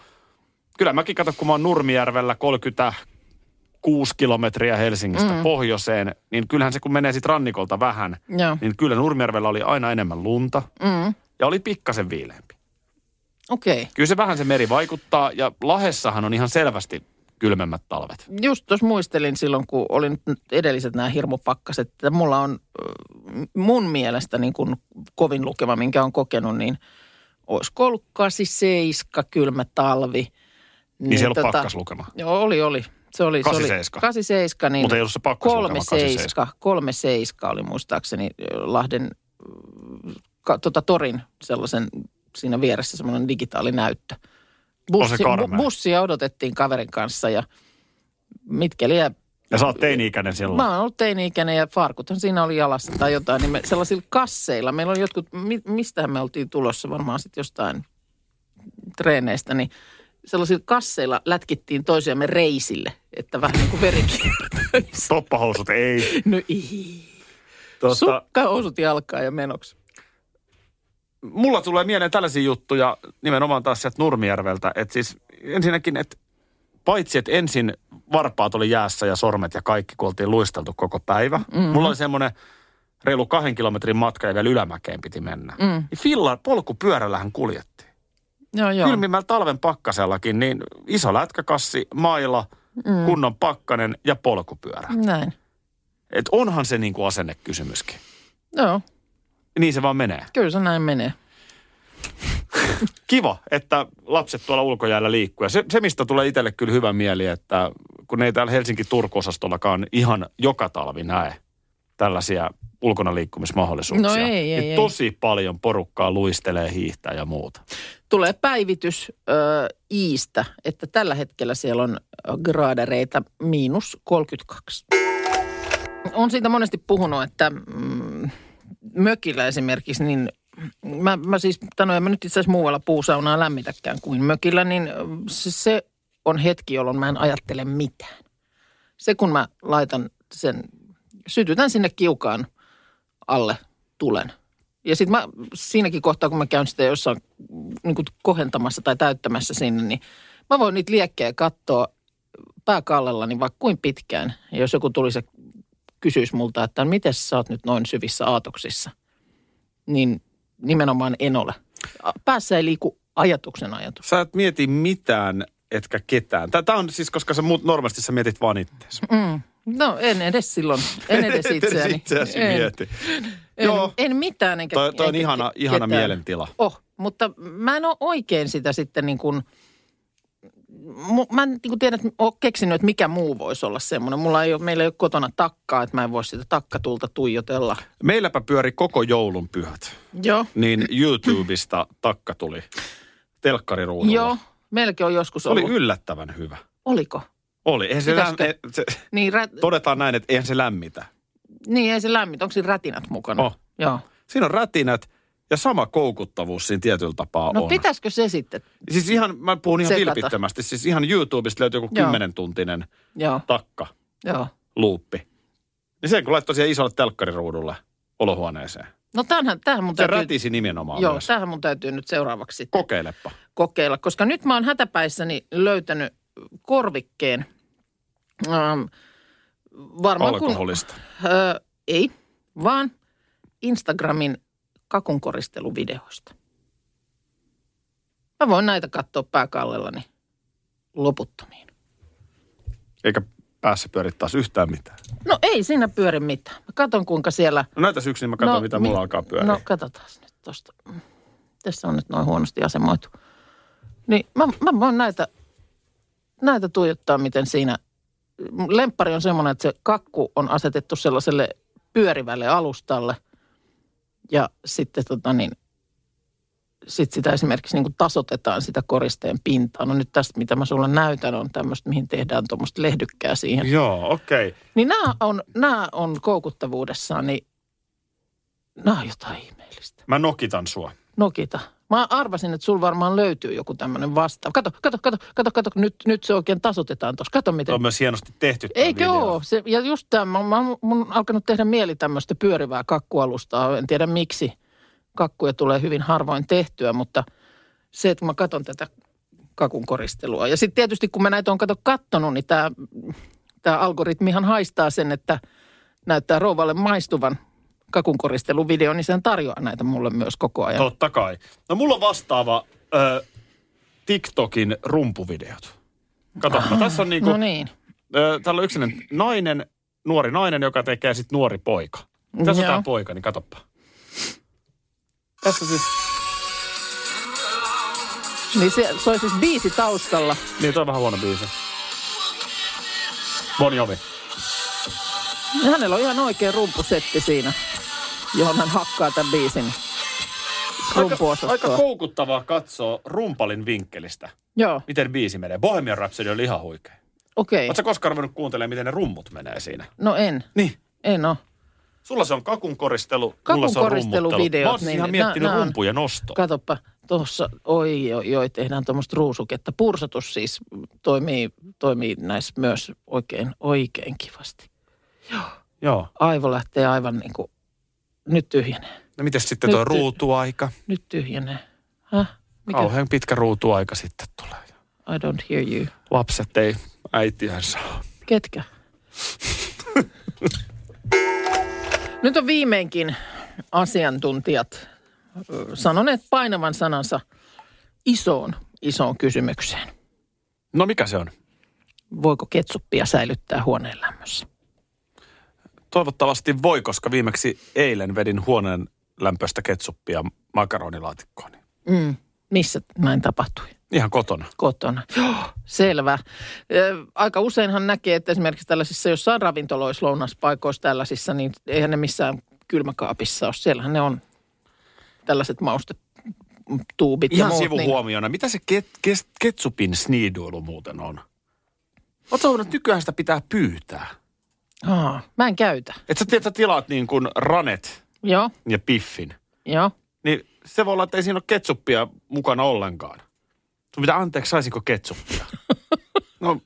D: Kyllä mäkin kato, kun mä oon Nurmijärvellä 36 kilometriä Helsingistä mm. pohjoiseen, niin kyllähän se kun menee sit rannikolta vähän,
B: Joo.
D: niin kyllä Nurmijärvellä oli aina enemmän lunta
B: Niin.
D: mm. ja oli pikkasen viileämpi.
B: okei. Okay.
D: Kyllä se vähän se meri vaikuttaa ja Lahessahan on ihan selvästi kylmemmät talvet.
B: just tuossa muistelin silloin, kun olin edelliset nämä hirmupakkaset, että mulla on ö, mun mielestä niin kuin kovin lukema, minkä on kokenut, niin olisiko ollut 87 kylmä talvi. tota,
D: Niin, se ei ollut pakkaslukema.
B: Joo, oli, oli. Se oli, se oli
D: 87.
B: 87, niin
D: Mutta ei ollut se pakkaslukema,
B: 37, 37 oli muistaakseni ö, Lahden ö, ka, tota, torin sellaisen, siinä vieressä semmoinen digitaalinäyttö.
D: On se karmea.
B: bu- bussia odotettiin kaverin kanssa ja mitkeliä.
D: Ja sä oot teini-ikäinen silloin.
B: Mä oon ollut teini-ikäinen ja farkuthan siinä oli jalassa tai jotain, niin me sellaisilla kasseilla. Meillä oli jotkut, mi, mistähän me oltiin tulossa varmaan sitten jostain treeneistä, niin sellaisilla kasseilla lätkittiin toisiamme reisille, että vähän niin kuin verikiertäisi.
D: Toppahousut <laughs> ei.
B: <laughs> No ii.
D: Tota,
B: Sukka, osut jalkaa ja menoksi.
D: mulla tulee mieleen tällaisia juttuja nimenomaan taas sieltä Nurmijärveltä. Että siis ensinnäkin, että paitsi että ensin varpaat oli jäässä ja sormet ja kaikki, kun oltiin luisteltu koko päivä. Mm-hmm. Mulla oli semmoinen reilu kahden kilometrin matka ja vielä ylämäkeen piti mennä. Mm. Niin filla, polkupyörällähän kuljettiin.
B: Joo, joo.
D: Kylmimmällä talven pakkasellakin, niin iso lätkäkassi, maila, mm. kunnon pakkanen ja polkupyörä. Mm.
B: Näin.
D: Et onhan se niin kuin asennekysymyskin.
B: Joo,
D: Niin se vaan menee.
B: kyllä se näin menee.
D: kiva, että lapset tuolla ulkojäällä liikkuu. Ja se, se mistä tulee itselle kyllä hyvä mieli, että kun ei täällä Helsinki-Turku-osastollakaan ihan joka talvi näe tällaisia ulkona liikkumismahdollisuuksia.
B: No ei, ei,
D: niin
B: ei.
D: Tosi paljon porukkaa luistelee, hiihtää ja muuta.
B: tulee päivitys ö, Iistä, että tällä hetkellä siellä on ö, graadareita miinus 32. On siitä monesti puhunut, että mm, mökillä esimerkiksi, niin mä, mä siis, tai no en mä nyt itse asiassa muualla puusaunaa lämmitäkään kuin mökillä, niin ö, se, se on hetki, jolloin mä en ajattele mitään. Se kun mä laitan sen, sytytän sinne kiukaan alle tulen. Ja sitten mä siinäkin kohtaa, kun mä käyn sitä jossain niin kuin kohentamassa tai täyttämässä sinne, niin mä voin niitä liekkejä katsoa pääkallellani vaikka kuin pitkään. Ja jos joku tulisi ja kysyisi multa, että miten sä oot nyt noin syvissä aatoksissa, niin nimenomaan en ole. A- Päässä ei liiku ajatuksen ajatus.
D: Sä et mieti mitään etkä ketään. Tämä on siis, koska sä muut, normaalisti sä mietit vaan ittees.
B: No en edes silloin, <laughs> en edes
D: Et edes
B: itseäni.
D: itseäsi
B: En.
D: mieti.
B: En,
D: Joo.
B: en mitään enkä
D: Toi- toi on
B: enkä
D: ihana-
B: ke-
D: ihana mielentila.
B: Oh, mutta mä en ole oikein sitä sitten niin kuin, mu- mä en niin kuin tiedä, että ole keksinyt, että mikä muu voisi olla semmoinen. Mulla ei ole, meillä ei ole kotona takkaa, että mä en voi sitä takkatulta tuijotella.
D: Meilläpä pyöri koko joulun pyhät.
B: Joo.
D: Niin YouTubesta takka tuli telkkariruudulla.
B: Joo, meilläkin on joskus
D: Se oli
B: ollut.
D: yllättävän hyvä.
B: Oliko?
D: Oli. Eihän se, läm...
B: Pitäisikö?
D: ei- se,
B: Niin, rä...
D: todetaan näin, että eihän se lämmitä.
B: niin ei se lämmin, onko siinä rätinät mukana?
D: Oh.
B: Joo.
D: Siinä on rätinät ja sama koukuttavuus siinä tietyllä tapaa
B: No
D: Ah, on.
B: pitäisikö se sitten?
D: Siis ihan, mä puhun ihan
B: Tsekata.
D: vilpittömästi. Siis ihan YouTubesta löytyy joku
B: Joo.
D: kymmenen tuntinen
B: Joo,
D: takka,
B: joo.
D: luuppi. Niin sen kun laittoi siihen isolle telkkariruudulle olohuoneeseen.
B: No tämähän, tämähän mun
D: Se
B: täytyy...
D: rätisi nimenomaan
B: Joo,
D: myös.
B: tämähän mun täytyy nyt seuraavaksi sitten
D: Kokeilepa.
B: kokeilla, koska nyt mä oon hätäpäissäni löytänyt korvikkeen. Ähm, varmaan
D: Alkoholista.
B: kun... Äh, ei, vaan Instagramin kakunkoristeluvideoista. Mä voin näitä katsoa pääkallellani loputtomiin.
D: Eikä päässä pyöri taas yhtään mitään.
B: No ei siinä pyöri mitään. Mä katon kuinka siellä...
D: No näytäs yksin, mä katson no, mitä
B: mi-
D: mulla alkaa pyöriä.
B: No katsotaan nyt tosta. Tässä on nyt noin huonosti asemoitu. Niin mä, mä voin näitä, näitä tuijottaa, miten siinä... Lemppari on semmoinen, että se kakku on asetettu sellaiselle pyörivälle alustalle. Ja sitten tota niin, sit sitä esimerkiksi niin kuin tasotetaan sitä koristeen pintaa. No nyt tästä, mitä mä sulle näytän, on tämmöistä, mihin tehdään tuommoista lehdykkää siihen.
D: Joo, okei. Okay.
B: Niin nämä on, nämä on koukuttavuudessaan, niin nämä on jotain ihmeellistä.
D: Mä nokitan sua.
B: Nokita. No Mä arvasin, että sul varmaan löytyy joku tämmöinen vastaava. Kato, kato, kato, kato, kato. Nyt, nyt se oikein tasotetaan tuossa. Kato
D: Tämä
B: miten.
D: on myös hienosti tehty tää
B: Eikö
D: video.
B: oo? Se, ja just tämä, mä, mä, mun on alkanut tehdä mieli tämmöistä pyörivää kakkualustaa. En tiedä miksi. Kakkuja tulee hyvin harvoin tehtyä, mutta se, että kun mä katson tätä kakun koristelua. Ja sitten tietysti, kun mä näitä on kato kattonut, niin tämä tää algoritmihan haistaa sen, että näyttää rouvalle maistuvan kakun koristeluvideo, niin sen tarjoaa näitä mulle myös koko ajan.
D: Totta kai. No mulla on vastaava ö, TikTokin rumpuvideot. Kato, tässä on niinku,
B: No niin.
D: ö, täällä on yksinen nainen, nuori nainen, joka tekee sit nuori poika. Tässä on
B: Joo.
D: tää poika, niin katoppa. Tässä siis,
B: Niin se soi siis biisi taustalla.
D: niin toi on vähän huono biisi. Bon Jovi.
B: Ja hänellä on ihan oikea rumpusetti siinä, johon hän hakkaa tämän biisin
D: Aika, aika
B: rumpuosastoa.
D: koukuttavaa katsoa rumpalin vinkkelistä,
B: Joo,
D: miten biisi menee. Bohemian Rhapsody oli ihan huikea.
B: okei.
D: Oletko koskaan ruvennut kuuntelemaan, miten ne rummut menee siinä?
B: No en,
D: Niin.
B: en oo.
D: Sulla se on kakun koristelu, mulla
B: Kakun
D: se on
B: koristeluvideot,
D: rummuttelu. Mä oon
B: niin
D: ihan
B: nä-
D: miettinyt
B: nää on-
D: rumpuja nostoa.
B: Katoppa, tuossa, oi oi oi, tehdään tuommoista ruusuketta. Pursatus siis toimii, toimii näissä myös oikein, oikein kivasti.
D: Joo.
B: Aivo lähtee aivan niin kuin, nyt tyhjenee,
D: No mites sitten
B: Nyt-
D: tuo ruutuaika?
B: nyt tyhjenee. Häh? Mikä?
D: Kauhean pitkä ruutuaika sitten tulee.
B: I don't hear you.
D: Lapset ei äitiään saa.
B: Ketkä? Nyt on viimeinkin asiantuntijat ö, sanoneet painavan sanansa isoon, isoon kysymykseen.
D: No mikä se on?
B: Voiko ketsuppia säilyttää huoneen lämmössä?
D: Toivottavasti voi, koska viimeksi eilen vedin huoneen lämpöstä ketsuppia makaronilaatikkoon.
B: Mm. Missä näin tapahtui?
D: Ihan kotona.
B: Kotona. Joo, selvä. Ö, Aika useinhan näkee, että esimerkiksi tällaisissa jossain ravintoloissa, lounaspaikoissa tällaisissa, niin eihän ne missään kylmäkaapissa ole. Siellähän ne on tällaiset maustetuubit ja
D: Ihan
B: muut. niin-
D: sivuhuomiona, mitä se ket, kes, ketsupin sniiduilu muuten on? Oletko huomannut, että nykyään sitä pitää pyytää?
B: Aa, mä en käytä.
D: Et sä, tiedät, sä tilaat niin kuin ranet
B: Joo,
D: ja piffin.
B: joo.
D: Niin se voi olla, että ei siinä ole ketsuppia mukana ollenkaan. Sun pitää, anteeksi, saisinko
B: <laughs>
D: ketsuppia? No,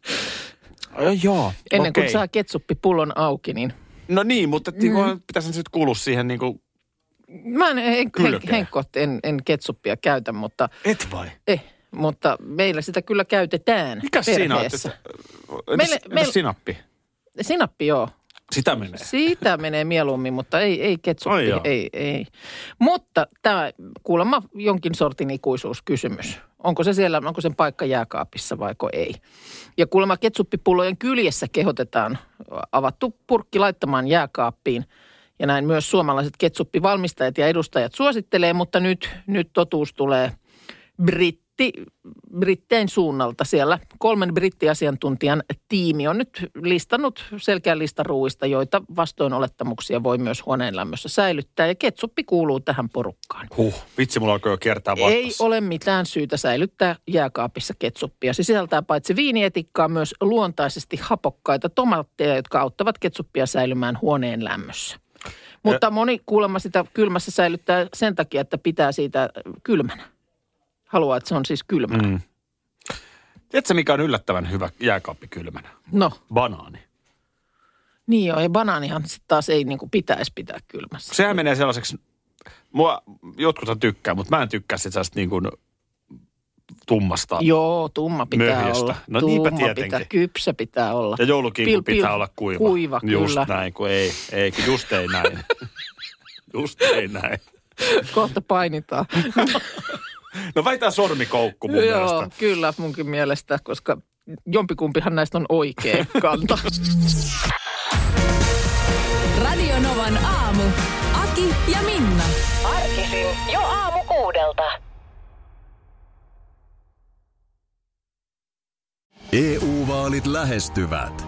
D: ö, joo.
B: Ennen okay.
D: okei.
B: kuin saa ketsuppipullon auki, niin
D: No niin, mutta mm. pitäisi se nyt kuulua siihen niin kuin...
B: mä en, en,
D: Kylkeä.
B: henkot, en, en ketsuppia käytä, mutta,
D: Et vai?
B: eh, mutta meillä sitä kyllä käytetään
D: Mikä siinä on? että-
B: perheessä.
D: Entäs, meille,
B: Meille-
D: entäs
B: meille-
D: sinappi?
B: Sinappi joo.
D: Sitä menee.
B: Siitä menee mieluummin, mutta ei, ei
D: Ai
B: ketsuppi,
D: jaa.
B: ei, ei. Mutta tämä kuulemma jonkin sortin ikuisuuskysymys. Onko se siellä, onko sen paikka jääkaapissa vaiko ei. Ja kuulemma ketsuppipullojen kyljessä kehotetaan avattu purkki laittamaan jääkaappiin. Ja näin myös suomalaiset ketsuppivalmistajat ja edustajat suosittelee, mutta nyt, nyt totuus tulee britti, brittein suunnalta siellä. Kolmen brittiasiantuntijan tiimi on nyt listannut selkeän listan ruuista, joita vastoin olettamuksia voi myös huoneen lämmössä säilyttää. Ja ketsuppi kuuluu tähän porukkaan.
D: Huh, vitsi, mulla alkoi jo kiertää vatsassa.
B: Ei ole mitään syytä säilyttää jääkaapissa ketsuppia. Se sisältää paitsi viinietikkaa myös luontaisesti hapokkaita tomaatteja, jotka auttavat ketsuppia säilymään huoneen lämmössä. Mutta moni kuulemma sitä kylmässä säilyttää sen takia, että pitää siitä kylmänä. Haluaa, että se on siis kylmänä. Mm.
D: Tiedätkö, mikä on yllättävän hyvä jääkaappi kylmänä?
B: No,
D: Banaani.
B: niin joo. Ja banaanihan sitten taas ei niinku pitäisi pitää kylmässä.
D: Sehän menee sellaiseksi, mua jotkut tykkää, mutta mä en tykkää sitä sellaista niin kuin tummasta.
B: Joo, tumma pitää
D: Möhjästä.
B: olla.
D: No niinpä
B: tumma pitää,
D: tietenkin.
B: kypsä pitää olla.
D: Ja joulukinkku
B: Pil- pil-
D: pitää olla kuiva.
B: Kuiva,
D: Just
B: kyllä.
D: näin, kun ei, ei, kun just ei
B: <laughs>
D: näin. just ei näin.
B: Kohta
D: <laughs>
B: painitaan.
D: No väitään sormikoukku mun
B: Joo,
D: mielestä.
B: kyllä munkin mielestä, koska jompikumpihan näistä on oikea
D: <laughs>
B: kanta.
A: Radio Novan aamu. Aki ja Minna.
I: Arkisin jo aamu kuudelta.
G: EU-vaalit E lähestyvät.